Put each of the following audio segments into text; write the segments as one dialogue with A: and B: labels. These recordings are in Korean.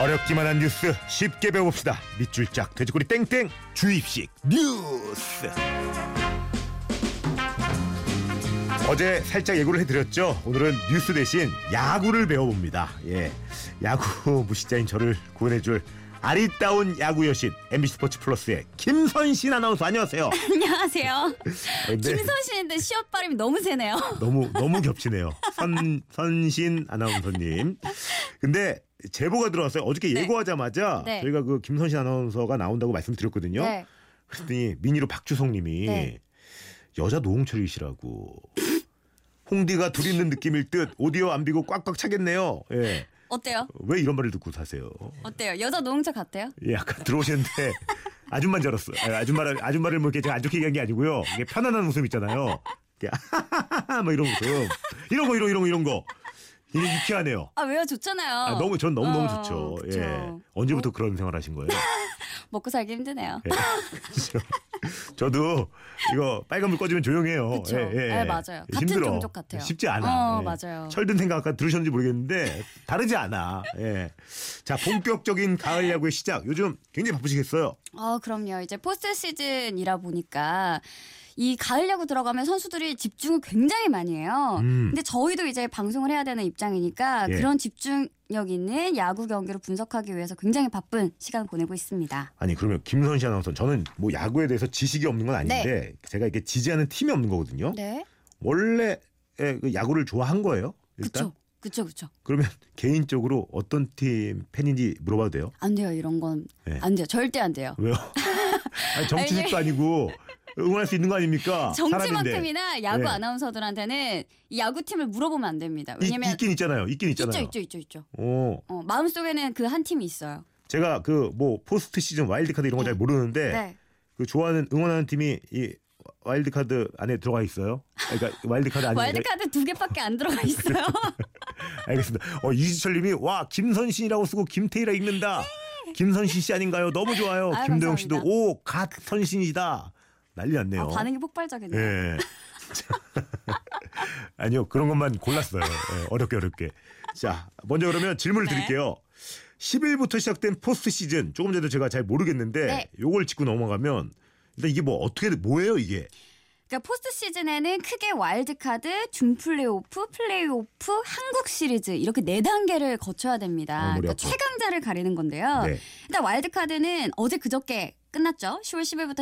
A: 어렵기만 한 뉴스 쉽게 배워봅시다. 밑줄 짝 돼지꼬리 땡땡 주입식 뉴스. 어제 살짝 예고를 해드렸죠. 오늘은 뉴스 대신 야구를 배워봅니다. 예, 야구 무식자인 저를 구원해줄 아리따운 야구 여신 MBC 스포츠 플러스의 김선신 아나운서 안녕하세요. 어,
B: 안녕하세요.
A: 네. 근데
B: 김선신인데 시옷 발음이 너무 세네요.
A: 너무 너무 겹치네요. 선 선신 아나운서님. 근데 제보가 들어왔어요. 어저께
B: 네.
A: 예고하자마자
B: 네.
A: 저희가 그 김선신 아나운서가 나온다고 말씀드렸거든요. 그랬더니 민희로 박주성님이
B: 네.
A: 여자 노홍철이시라고 홍디가 둘 있는 느낌일 듯 오디오 안 비고 꽉꽉 차겠네요. 예.
B: 어때요?
A: 왜 이런 말을 듣고 사세요?
B: 어때요? 여자 노홍철 같아요?
A: 예, 약간 들어오시는데 아줌만 줄었어. 아줌마를 아줌마를 뭐 이렇게 제가 안 좋게 얘기한 게 아니고요. 이게 편안한 웃음 있잖아요. 이렇게 뭐 이런 웃음. 이런 거 이런 거, 이런 거 이런 거. 이게 유쾌하네요.
B: 아 왜요? 좋잖아요.
A: 아, 너무 전 너무 너무
B: 어,
A: 좋죠.
B: 그쵸. 어.
A: 예. 언제부터 그런 생활 하신 거예요?
B: 먹고 살기 힘드네요.
A: 예. 그죠? 저도 이거 빨간불 꺼지면 조용해요. 예,
B: 그쵸. 네, 맞아요. 같은 종족 같아요.
A: 쉽지 않아. 예.
B: 어, 맞아요.
A: 철든 생각 아까 들으셨는지 모르겠는데 다르지 않아. 예. 자, 본격적인 가을 야구의 시작. 요즘 굉장히 바쁘시겠어요.
B: 어 그럼요. 이제 포스트 시즌이라 보니까 이 가을 야구 들어가면 선수들이 집중을 굉장히 많이 해요.
A: 음.
B: 근데 저희도 이제 방송을 해야 되는 입장이니까
A: 예.
B: 그런 집중력 있는 야구 경기를 분석하기 위해서 굉장히 바쁜 시간 보내고 있습니다.
A: 아니 그러면 김선 씨 아나운서 저는 뭐 야구에 대해서 지식이 없는 건 아닌데 제가 이게 지지하는 팀이 없는 거거든요.
B: 네.
A: 원래 예, 그 야구를 좋아한 거예요. 일단
B: 그쵸. 그쵸 그쵸.
A: 그러면 개인적으로 어떤 팀 팬인지 물어봐도 돼요?
B: 안 돼요 이런 건 안
A: 네.
B: 돼요. 절대 안 돼요.
A: 왜요? 아니, 정치집도 아니고 응원할 수 있는 거 아닙니까? 사람인데.
B: 정치만큼이나 야구
A: 네.
B: 아나운서들한테는 이 야구팀을 물어보면 안 됩니다.
A: 이-
B: 왜냐면
A: 있긴 있잖아요. 있긴
B: 있죠,
A: 있잖아요.
B: 있죠, 있죠, 있죠.
A: 어,
B: 어, 마음 속에는 그 한 팀이 있어요.
A: 제가 그 뭐 포스트 시즌 와일드카드 이런 거 잘
B: 네.
A: 모르는데 그 좋아하는 응원하는 팀이 이 와일드카드 안에 들어가 있어요. 그러니까 아, 와일드카드 안에
B: 와일드카드 두 개밖에 안 들어가 있어요.
A: 알겠습니다. 어, 이지철님이 와 김선신이라고 쓰고 김태희라 읽는다. 김선신 씨 아닌가요? 너무 좋아요.
B: 아유,
A: 김도영
B: 감사합니다.
A: 씨도 오 갓 선신이다. 난리 났네요.
B: 아, 반응이 폭발적이네요.
A: 예. 자, 아니요 그런 것만 골랐어요. 예, 어렵게 어렵게. 자 먼저 그러면 질문을
B: 네.
A: 드릴게요. 10일부터 시작된 포스트 시즌 조금 전에도 제가 잘 모르겠는데
B: 네.
A: 요걸 짚고 넘어가면 일단 이게 뭐 어떻게 뭐예요 이게?
B: 그러니까 포스트 시즌에는 크게 와일드카드, 준플레이오프, 플레이오프, 한국 시리즈 이렇게 네 단계를 거쳐야 됩니다.
A: 어, 머리
B: 그러니까
A: 아파.
B: 최강자를 가리는 건데요.
A: 네.
B: 일단 와일드카드는 어제 그저께 끝났죠. 10월 10일부터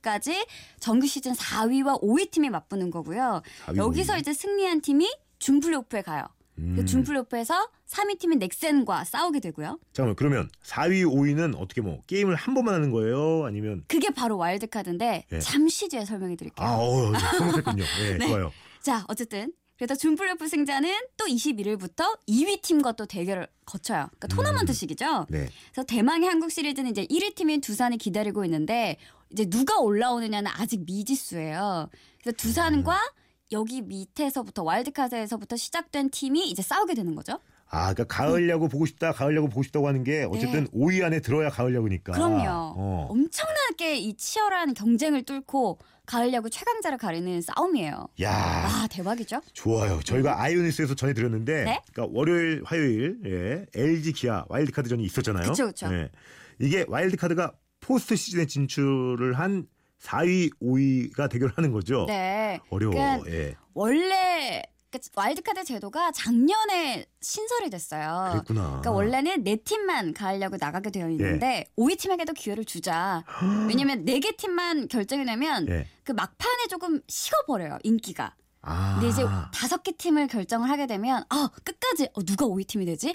B: 12일까지 정규 시즌 4위와 5위 팀이 맞붙는 거고요.
A: 사위
B: 여기서
A: 모임.
B: 이제 승리한 팀이 준플레이오프에 가요.
A: 음.
B: 그 준플레이오프에서 3위 팀인 넥센과 싸우게 되고요.
A: 잠깐만 그러면 4위 5위는 어떻게 뭐 게임을 한 번만 하는 거예요? 아니면
B: 그게 바로 와일드카드인데
A: 예.
B: 잠시 뒤에 설명해 드릴게요.
A: 아, 어, 성공했군요. 예,
B: 네.
A: 좋아요.
B: 자, 어쨌든 그래서 준플레이오프 승자는 또 21일부터 2위 팀과 또 대결을 거쳐요. 그러니까 토너먼트식이죠.
A: 네.
B: 그래서 대망의 한국 시리즈는 이제 1위 팀인 두산이 기다리고 있는데 이제 누가 올라오느냐는 아직 미지수예요. 그래서 두산과
A: 음.
B: 여기 밑에서부터 와일드카드에서부터 시작된 팀이 이제 싸우게 되는 거죠.
A: 아, 그러니까 가을 야구 보고 싶다, 가을 야구 보고 싶다고 하는 게 어쨌든
B: 네.
A: 5위 안에 들어야 가을 야구니까.
B: 그럼요.
A: 아, 어.
B: 엄청나게 이 치열한 경쟁을 뚫고 가을 야구 최강자를 가리는 싸움이에요.
A: 야,
B: 아 대박이죠?
A: 좋아요. 저희가 아이오니스에서 전해드렸는데,
B: 음. 네?
A: 그러니까 월요일, 화요일, 예, LG 기아 와일드카드전이 있었잖아요.
B: 그쵸, 그쵸.
A: 예. 이게 와일드카드가 포스트 시즌에 진출을 한 4위, 5위가 대결하는 거죠.
B: 네.
A: 어려워.
B: 그러니까
A: 예.
B: 원래 그 와일드카드 제도가 작년에 신설이 됐어요.
A: 그랬구나.
B: 그러니까 원래는 네 팀만 가을야구 나가게 되어
A: 예.
B: 있는데 오 5위 팀에게도 기회를 주자. 왜냐면 네 개 팀만 결정이 되면
A: 예.
B: 그 막판에 조금 식어버려요 인기가.
A: 아.
B: 근데 이제 다섯 개 팀을 결정을 하게 되면 아 끝까지 어, 누가 5위 팀이 되지?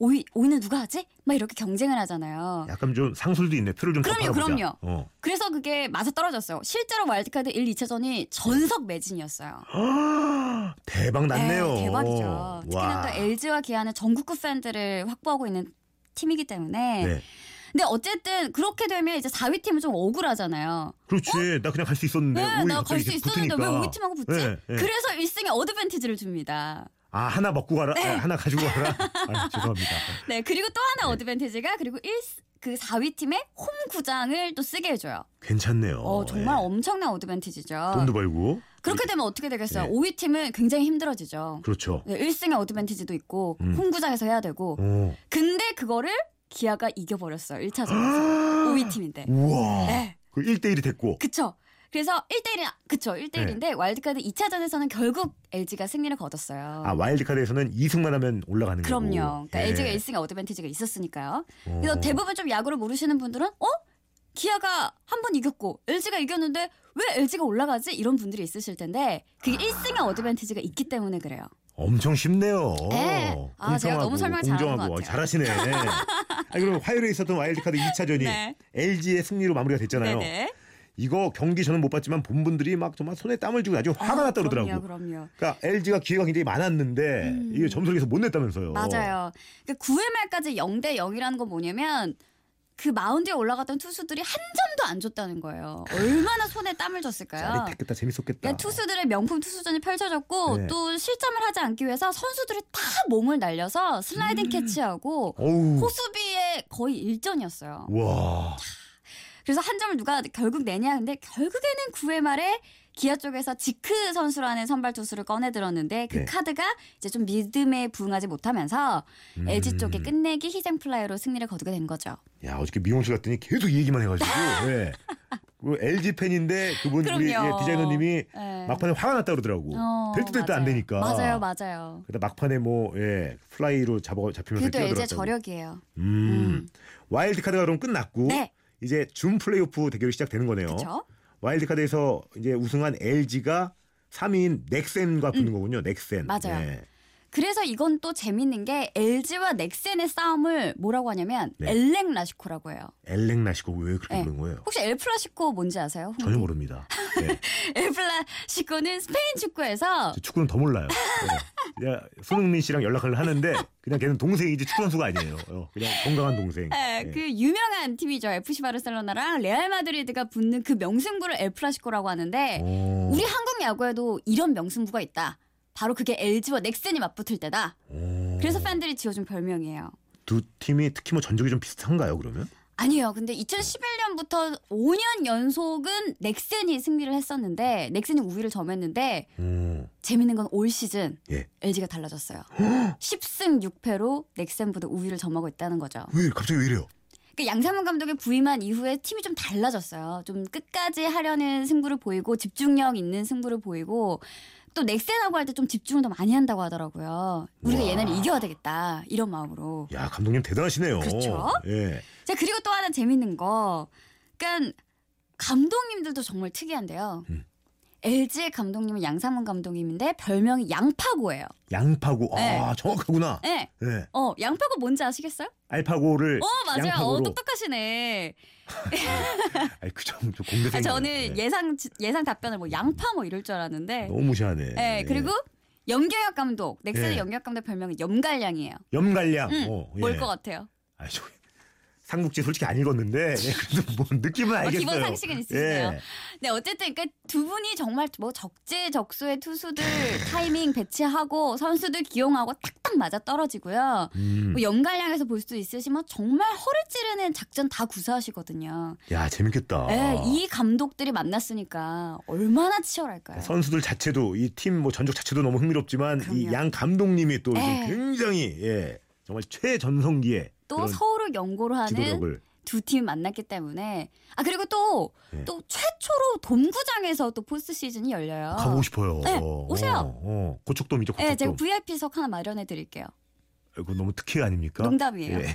B: 5위 5위는 누가 하지? 막 이렇게 경쟁을 하잖아요.
A: 약간 좀 상술도 있네. 표를 좀
B: 그럼요,
A: 덮어보자.
B: 그럼요.
A: 어.
B: 그래서 그게 맞아 떨어졌어요. 실제로 와일드카드 1, 2차전이 전석 매진이었어요.
A: 아, 대박 났네요.
B: 네, 대박이죠. 특히나
A: 와.
B: 또 LG와 기아는 전국구 팬들을 확보하고 있는 팀이기 때문에.
A: 네.
B: 근데 어쨌든 그렇게 되면 이제 4위 팀은 좀 억울하잖아요.
A: 그렇지. 나 그냥 갈 수 있었는데.
B: 왜
A: 오히려
B: 어? 네, 나 갈
A: 갑자기
B: 수
A: 이렇게
B: 있었는데 왜
A: 붙으니까.
B: 5위 팀하고 붙지?
A: 네, 네.
B: 그래서 1승에 어드밴티지를 줍니다.
A: 아 하나 먹고 가라. 아, 하나 가지고 가라. 아, 죄송합니다.
B: 네, 그리고 또 하나
A: 네.
B: 어드밴티지가 그리고 1, 그 4위 팀의 홈 구장을 또 쓰게 해줘요.
A: 괜찮네요.
B: 어, 정말
A: 예.
B: 엄청난 어드밴티지죠.
A: 돈도 벌고.
B: 그렇게 되면 어떻게 되겠어요?
A: 예.
B: 5위 팀은 굉장히 힘들어지죠.
A: 그렇죠.
B: 네, 1승의 어드밴티지도 있고
A: 음.
B: 홈구장에서 해야 되고
A: 어.
B: 근데 그거를 기아가 이겨버렸어요.
A: 아.
B: 1차전에서. 5위 팀인데.
A: 음. 우와.
B: 네.
A: 그 1대1이 됐고.
B: 그쵸. 그래서 1대1이, 그쵸. 1대1인데
A: 네.
B: 와일드카드 2차전에서는 결국 LG가 승리를 거뒀어요.
A: 아, 와일드카드에서는 2승만 하면 올라가는 거고.
B: 그럼요. 그러니까
A: 예.
B: LG가 1승의 어드밴티지가 있었으니까요.
A: 어.
B: 그래서 대부분 좀 야구를 모르시는 분들은 어? 기아가 한 번 이겼고 LG가 이겼는데 왜 LG가 올라가지? 이런 분들이 있으실 텐데 그게
A: 아.
B: 1승의 어드밴티지가 있기 때문에 그래요.
A: 엄청 쉽네요.
B: 네. 아, 제가 너무 설명을 잘하는
A: 공정하고.
B: 것 같아요.
A: 잘하시네. 아니, 그럼 화요일에 있었던 와일드카드 2차전이
B: 네.
A: LG의 승리로 마무리가 됐잖아요.
B: 네네.
A: 이거 경기 저는 못 봤지만 본 분들이 막 정말 손에 땀을 쥐고 아주 화가 났다 그러더라고.
B: 어, 그럼요, 그럼요.
A: 그러니까 LG가 기회가 굉장히 많았는데
B: 음.
A: 이게 점수를 계속 못 냈다면서요.
B: 맞아요. 그 9회 말까지 0대 0이라는 건 뭐냐면 그 마운드에 올라갔던 투수들이 한 점도 안 줬다는 거예요. 얼마나 손에 땀을 줬을까요?
A: 짜릿했겠다. 재밌었겠다.
B: 그러니까 투수들의 명품 투수전이 펼쳐졌고
A: 네.
B: 또 실점을 하지 않기 위해서 선수들이 다 몸을 날려서 슬라이딩
A: 음.
B: 캐치하고
A: 어우.
B: 호수비에 거의 일전이었어요.
A: 와.
B: 그래서 한 점을 누가 결국 내냐 근데 결국에는 9회 말에 기아 쪽에서 지크 선수라는 선발 투수를 꺼내 들었는데 그
A: 네.
B: 카드가 이제 좀 믿음에 부응하지 못하면서
A: 음.
B: LG 쪽에 끝내기 희생 플라이로 승리를 거두게 된 거죠.
A: 야 어저께 미용실 갔더니 계속 이 얘기만 해가지고. 예. 그 LG 팬인데 그분 우리
B: 그럼요.
A: 예, 디자이너님이
B: 예.
A: 막판에 화가 났다 그러더라고.
B: 어,
A: 될 듯 됐다 안
B: 맞아요.
A: 되니까.
B: 맞아요, 맞아요.
A: 그다 막판에 뭐 예, 플라이로 잡아 잡히면서
B: 그래도 이제
A: 뛰어들었다.
B: 저력이에요.
A: 음.
B: 음.
A: 와일드 카드가 그럼 끝났고
B: 네.
A: 이제 준 플레이오프 대결이 시작되는 거네요.
B: 그렇죠?
A: 와일드카드에서 이제 우승한 LG가 3위인 넥센과 붙는 거군요. 넥센.
B: 음. 맞아요.
A: 예.
B: 그래서 이건 또 재밌는 게 LG와 넥센의 싸움을 뭐라고 하냐면
A: 네.
B: 엘렉 라시코라고 해요.
A: 엘렉나시고 왜 그렇게
B: 네.
A: 부르는 거예요?
B: 혹시 엘플라시코 뭔지 아세요?
A: 전혀 모릅니다. 예.
B: 엘플라시코는 스페인 축구에서
A: 저 축구는 더 몰라요. 예. 그냥 손흥민 씨랑 연락을 하는데 그냥 걔는 동생이지 축구 선수가 아니에요. 어, 그냥 건강한 동생.
B: 예,
A: 예.
B: 그 유명한 팀이죠. FC 바르셀로나랑 레알 마드리드가 붙는 그 명승부를 엘플라시코라고 하는데
A: 오,
B: 우리 한국 야구에도 이런 명승부가 있다. 바로 그게 LG와 넥센이 맞붙을 때다.
A: 오.
B: 그래서 팬들이 지어준 별명이에요.
A: 어. 두 팀이 특히 뭐 전적이 좀 비슷한가요? 그러면?
B: 아니에요. 근데 2011년부터 5년 연속은 넥센이 승리를 했었는데 넥센이 우위를 점했는데
A: 오.
B: 재밌는 건 올 시즌
A: 예.
B: LG가 달라졌어요. 10승 6패로 넥센보다 우위를 점하고 있다는 거죠.
A: 왜 갑자기 왜 이래요?
B: 그러니까 양상문 감독이 부임한 이후에 팀이 좀 달라졌어요. 좀 끝까지 하려는 승부를 보이고 집중력 있는 승부를 보이고 또 넥센하고 할 때 좀 집중을 더 많이 한다고 하더라고요. 우리가
A: 와.
B: 얘네를 이겨야 되겠다 이런 마음으로.
A: 야 감독님 대단하시네요.
B: 그쵸?
A: 예.
B: 자 그리고 또 하나 재밌는 거, 그러니까 감독님들도 정말 특이한데요.
A: 음.
B: LG의 감독님은 양상문 감독님인데 별명이 양파고예요.
A: 양파고. 아
B: 네.
A: 정확하구나.
B: 네.
A: 예.
B: 어, 양파고 뭔지 아시겠어요?
A: 알파고를
B: 어, 맞아요.
A: 네, 양파고로.
B: 어, 똑똑하시네.
A: 아니 그점 공대생.
B: 아, 저는 예상 예상 답변을 뭐 양파 뭐 이럴 줄 알았는데.
A: 네. 너무 무시하네.
B: 예, 그리고 염경엽 감독, 넥센의
A: 예.
B: 염경엽 감독 별명은 염갈량이에요.
A: 염갈량.
B: 음,
A: 어, 예.
B: 뭘 것 같아요?
A: 아, 저 삼국지 솔직히 안 읽었는데 예, 그래도 뭐 느낌은
B: 어,
A: 알겠어요.
B: 기본 상식은 있으시네요.
A: 예.
B: 네, 어쨌든 그러니까 두 분이 정말 뭐 적재적소의 투수들 타이밍 배치하고 선수들 기용하고 딱딱 맞아 떨어지고요.
A: 음.
B: 뭐 염갈량에서 볼 수 있으시면 정말 허를 찌르는 작전 다 구사하시거든요.
A: 야 재밌겠다.
B: 예, 이 감독들이 만났으니까 얼마나 치열할까요?
A: 네, 선수들 자체도 이 팀 뭐 전적 자체도 너무 흥미롭지만 이
B: 그럼요.
A: 양 감독님이 또 요즘
B: 예.
A: 굉장히 예 정말 최전성기의
B: 또
A: 그런
B: 서울을 연고로 하는
A: 지도력을
B: 두 팀이 만났기 때문에 아 그리고 또 또
A: 네.
B: 최초로 돔구장에서 또 포스트 시즌이 열려요.
A: 가보고 싶어요.
B: 네,
A: 어,
B: 오세요.
A: 어, 어. 고척돔이죠.
B: 네, 제가
A: 고척돔.
B: VIP석 하나 마련해 드릴게요.
A: 그거 너무 특혜 아닙니까?
B: 농담이에요.
A: 예.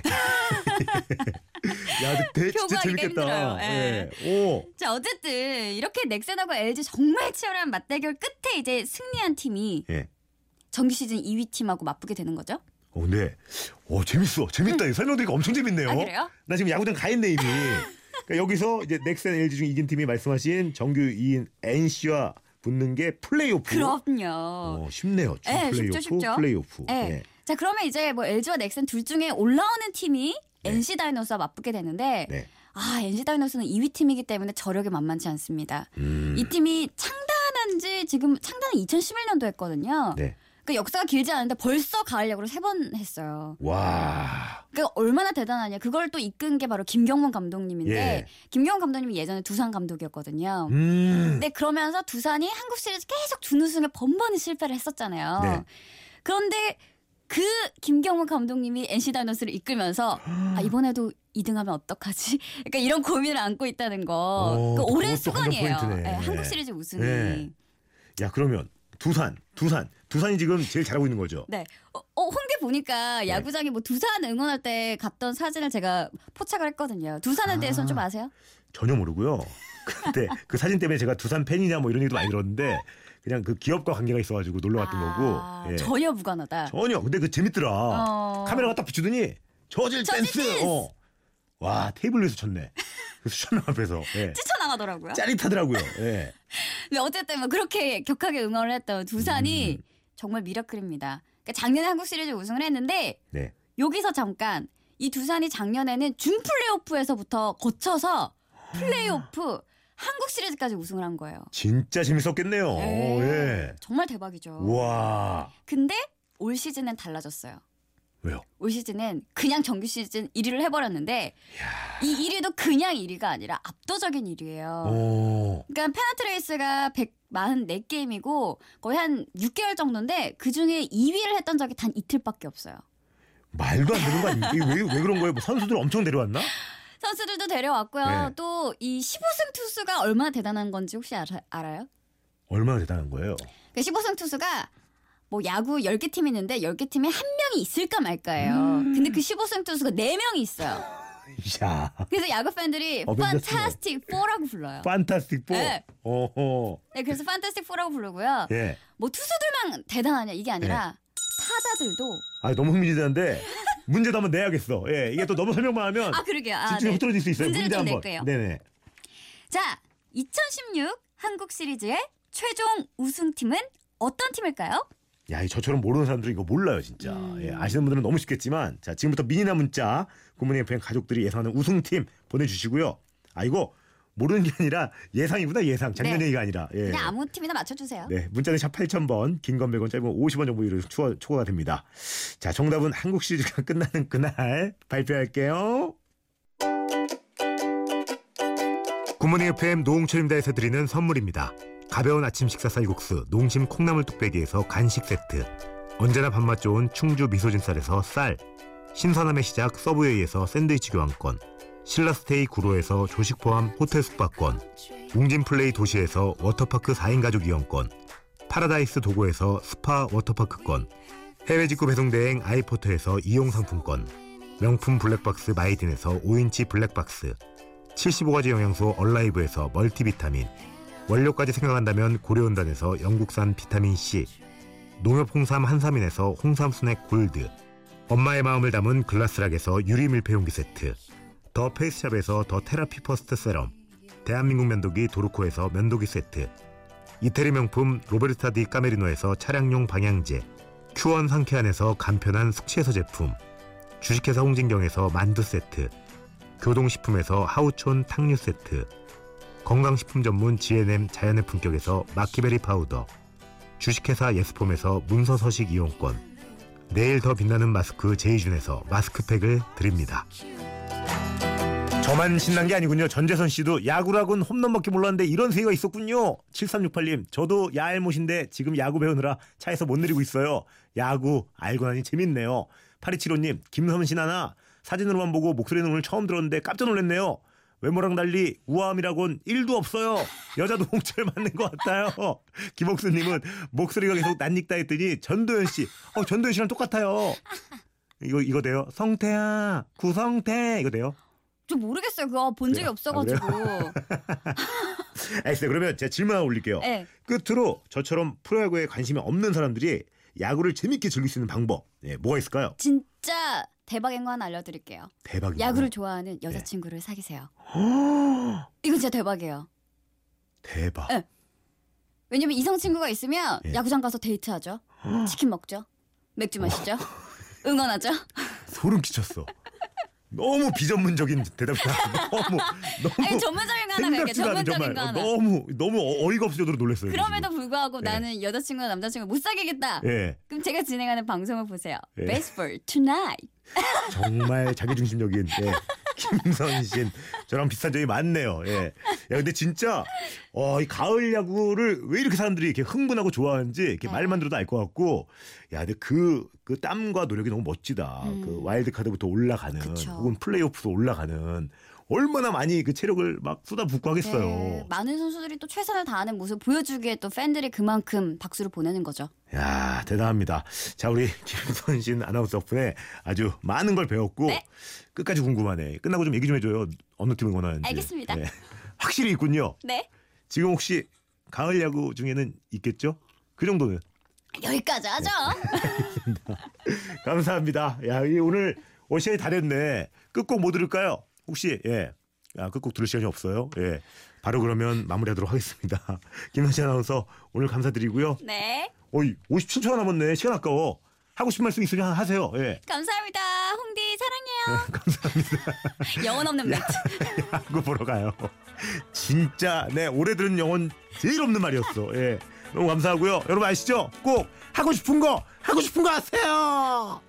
A: 야, 근데 진짜
B: 표구하기가
A: 재밌겠다.
B: 힘들어요. 예.
A: 예. 오.
B: 자, 어쨌든 이렇게 넥센하고 LG 정말 치열한 맞대결 끝에 이제 승리한 팀이
A: 예.
B: 정규 시즌 2위 팀하고 맞붙게 되는 거죠.
A: 어, 근데 어 재밌어, 재밌다. 이 설명드리니까 엄청 재밌네요.
B: 아 그래요?
A: 나 지금 야구장 가 있네 이미. 그러니까 여기서 이제 넥센 LG 중 이긴 팀이 말씀하신 정규 2인 NC와 붙는 게 플레이오프.
B: 그럼요.
A: 어, 쉽네요. 주
B: 예, 쉽죠,
A: 플레이오프,
B: 쉽죠.
A: 플레이오프.
B: 예.
A: 예.
B: 자, 그러면 이제 뭐 LG와 넥센 둘 중에 올라오는 팀이
A: 네.
B: NC 다이노스와 맞붙게 되는데
A: 네.
B: 아, NC 다이노스는 2위 팀이기 때문에 저력이 만만치 않습니다.
A: 음.
B: 이 팀이 창단한 지 지금 창단은 2011년도 했거든요.
A: 네.
B: 그 역사가 길지 않은데 벌써 가을 야구를 세 번 했어요.
A: 와.
B: 그러니까 얼마나 대단하냐. 그걸 또 이끈 게 바로 김경문 감독님인데
A: 예.
B: 김경문 감독님이 예전에 두산 감독이었거든요.
A: 음.
B: 근데 그러면서 두산이 한국 시리즈 계속 준우승에 번번이 실패를 했었잖아요.
A: 네.
B: 그런데 그 김경문 감독님이 NC 다이너스를 이끌면서 아, 이번에도 2등하면 어떡하지? 그러니까 이런 고민을 안고 있다는 거.
A: 오,
B: 그
A: 또
B: 오랜
A: 그것도 완전
B: 수건이에요.
A: 포인트네.
B: 네,
A: 네.
B: 한국 시리즈 우승이.
A: 네. 야 그러면 두산, 두산, 두산이 지금 제일 잘하고 있는 거죠.
B: 네. 어, 어, 홍대
A: 네.
B: 보니까 야구장에 뭐 두산 응원할 때 갔던 사진을 제가 포착을 했거든요. 두산에
A: 아.
B: 대해서는 좀 아세요?
A: 전혀 모르고요. 근데 그 사진 때문에 제가 두산 팬이냐 뭐 이런 얘기도 많이 들었는데 그냥 그 기업과 관계가 있어가지고 놀러 갔던
B: 아,
A: 거고. 예.
B: 전혀 무관하다.
A: 전혀. 근데 그 재밌더라.
B: 어.
A: 카메라가 딱 비추더니 저질
B: 저질
A: 댄스.
B: 댄스!
A: 어. 와 테이블 위에서 쳤네. 그 수천 앞에서. 예.
B: 뛰쳐나가더라고요.
A: 짜릿하더라고요. 예.
B: 근데 어쨌든 뭐 그렇게 격하게 응원을 했던
A: 음.
B: 두산이 정말 미라클입니다. 그러니까 작년에 한국 시리즈 우승을 했는데
A: 네.
B: 여기서 잠깐 이 두산이 작년에는 준 플레이오프에서부터 거쳐서 플레이오프 한국 시리즈까지 우승을 한 거예요.
A: 진짜 재밌었겠네요.
B: 네. 어.
A: 예.
B: 정말 대박이죠.
A: 우와.
B: 근데 올 시즌은 달라졌어요.
A: 왜요?
B: 올 시즌은 그냥 정규 시즌 1위를 해버렸는데 이 1위도 그냥 1위가 아니라 압도적인 1위예요.
A: 오.
B: 그러니까 페나트 레이스가 144게임이고 거의 한 6개월 정도인데 그중에 2위를 했던 적이 단 이틀밖에 없어요.
A: 말도 안 되는 거 아닙니까? 이게 왜, 왜 그런 거예요? 뭐 선수들 엄청 데려왔나?
B: 선수들도 데려왔고요.
A: 네.
B: 또 이 15승 투수가 얼마나 대단한 건지 혹시 알아, 알아요?
A: 얼마나 대단한 거예요?
B: 그 15승 투수가 뭐 야구 10개 팀이 있는데 10개 팀에 한 명이 있을까 말까예요.
A: 음.
B: 근데 그 15승 투수가 4명이 있어요.
A: 야,
B: 그래서 야구 팬들이
A: 어벤져스.
B: 판타스틱 4라고 불러요.
A: 판타스틱 포.
B: 네.
A: 어허.
B: 네, 그래서 판타스틱 4라고 부르고요.
A: 예. 네.
B: 뭐 투수들만 대단하냐 이게 아니라 타자들도
A: 아 너무 흥미진진한데 문제도 한번 내야겠어. 예. 이게 또 너무 설명만 하면
B: 아 그러게요. 아,
A: 집중이
B: 네.
A: 흐트러질 수 있어요.
B: 문제를
A: 문제
B: 좀
A: 한번.
B: 낼게요.
A: 네네.
B: 자, 2016 한국 시리즈의 최종 우승팀은 어떤 팀일까요?
A: 야, 이 저처럼 모르는 사람들은 이거 몰라요, 진짜.
B: 음.
A: 예, 아시는 분들은 너무 쉽겠지만, 자, 지금부터 미니나 문자, 구문의 FM 가족들이 예상하는 우승팀 보내주시고요. 아, 이거 모르는 게 아니라 예상이구나, 예상. 작년
B: 네.
A: 얘기가 아니라. 예.
B: 그냥 아무 팀이나 맞춰주세요.
A: 네, 문자는 샵 8000번, 긴 건 100원, 짧은 50원 정보 이로 초과가 됩니다. 자, 정답은 한국 시리즈가 끝나는 그날 발표할게요. 굿모닝 FM 노홍철입니다에서 드리는 선물입니다. 가벼운 아침 식사 쌀국수, 농심 콩나물 뚝배기에서 간식 세트. 언제나 밥맛 좋은 충주 미소진 쌀에서 쌀. 신선함의 시작 서브웨이에서 샌드위치 교환권. 신라스테이 구로에서 조식 포함 호텔 숙박권. 웅진플레이 도시에서 워터파크 4인 가족 이용권 파라다이스 도고에서 스파 워터파크권 해외 직구 배송 대행 아이포터에서 이용 상품권 명품 블랙박스 마이딘에서 5인치 블랙박스 75가지 영양소 얼라이브에서 멀티비타민 원료까지 생각한다면 고려온단에서 영국산 비타민C 농협 홍삼 한삼인에서 홍삼 스낵 골드 엄마의 마음을 담은 글라스락에서 유리 밀폐용기 세트 더 페이스샵에서 더 테라피 퍼스트 세럼 대한민국 면도기 도르코에서 면도기 세트 이태리 명품 로베르타 디 까메리노에서 차량용 방향제 큐원 상쾌한에서 간편한 숙취해소 제품 주식회사 홍진경에서 만두 세트 교동식품에서 하우촌 탕류 세트 건강식품 전문 GNM 자연의 품격에서 마키베리 파우더 주식회사 예스폼에서 문서서식 이용권 내일 더 빛나는 마스크 제이준에서 마스크팩을 드립니다. 저만 신난 게 아니군요. 전재선 씨도 야구라곤 홈런밖에 몰랐는데 이런 세계가 있었군요. 7368님, 저도 야알못인데 지금 야구 배우느라 차에서 못 누리고 있어요. 야구 알고 나니 재밌네요. 8275님, 김선신 하나 사진으로만 보고 목소리는 오늘 처음 들었는데 깜짝 놀랐네요. 외모랑 달리 우아함이라곤 1도 없어요. 여자도 홍철 맞는 것 같아요. 김옥수님은 목소리가 계속 낯익다 했더니 전도연 씨, 어 전도연 씨랑 똑같아요. 이거 이거 돼요? 성태야, 구성태 이거 돼요?
B: 좀 모르겠어요. 그거 본 적이
A: 네. 아, 그래요?
B: 없어가지고.
A: 알겠어요. 그러면 제가 질문 하나 올릴게요.
B: 네.
A: 끝으로 저처럼 프로야구에 관심이 없는 사람들이 야구를 재밌게 즐길 수 있는 방법 예, 뭐가 있을까요?
B: 진짜 대박인 거 하나 알려드릴게요.
A: 대박이다.
B: 야구를 좋아하는
A: 네.
B: 여자친구를 사귀세요.
A: 허,
B: 이건 진짜 대박이에요.
A: 대박.
B: 네. 왜냐면 이성 친구가 있으면
A: 예.
B: 야구장 가서 데이트하죠.
A: 어.
B: 치킨 먹죠. 맥주 마시죠. 응원하죠.
A: 소름 끼쳤어. 너무 비전문적인 대답이 나왔어. 너무 너무
B: 아니 전문적인 거 하나 갈게
A: 뭐 생각지도 않은
B: 전문적인
A: 정말
B: 거 하나
A: 너무 너무 어- 어이가 없을 정도로 놀랐어요.
B: 그럼에도 불구하고
A: 예.
B: 나는 여자친구나 남자친구 못 사귀겠다
A: 지금. 예
B: 그럼 제가 진행하는 방송을 보세요
A: 예.
B: Best for tonight
A: 정말 자기중심적인 예. 김선신 저랑 비슷한 점이 많네요. 예. 야 근데 진짜 어, 이 가을 야구를 왜 이렇게 사람들이 이렇게 흥분하고 좋아하는지 이렇게
B: 네.
A: 말만 들어도 알 것 같고 야 근데 그, 그 땀과 노력이 너무 멋지다.
B: 음.
A: 그 와일드카드부터 올라가는
B: 그쵸.
A: 혹은 플레이오프도 올라가는 얼마나 많이 그 체력을 막 쏟아붓고 하겠어요.
B: 네, 많은 선수들이 또 최선을 다하는 모습 보여주기에 또 팬들이 그만큼 박수를 보내는 거죠
A: 야 대단합니다. 자 우리 김선신 아나운서 덕분에 아주 많은 걸 배웠고
B: 네.
A: 끝까지 궁금하네. 끝나고 좀 얘기 좀 해줘요. 어느 팀을 원하는지.
B: 알겠습니다.
A: 네. 확실히 있군요.
B: 네
A: 지금 혹시 가을 야구 중에는 있겠죠? 그 정도는.
B: 여기까지 하죠
A: 감사합니다. 야 이 오늘 올 시간이 다 됐네. 끝곡 뭐 들을까요? 혹시 예. 아, 끝곡 들을 시간이 없어요. 예. 바로 그러면 마무리하도록 하겠습니다. 김선신 아나운서 오늘 감사드리고요.
B: 네
A: 어이 57초 가 남았네. 시간 아까워. 하고 싶은 말씀 있으면 하세요. 예.
B: 감사합니다 홍디 사랑해요
A: 감사합니다.
B: 영혼 없는 매트
A: 야구 보러 가요. 진짜 네 올해 들은 영혼 제일 없는 말이었어. 예. 너무 감사하고요. 여러분 아시죠? 꼭 하고 싶은 거 하고 싶은 거 하세요.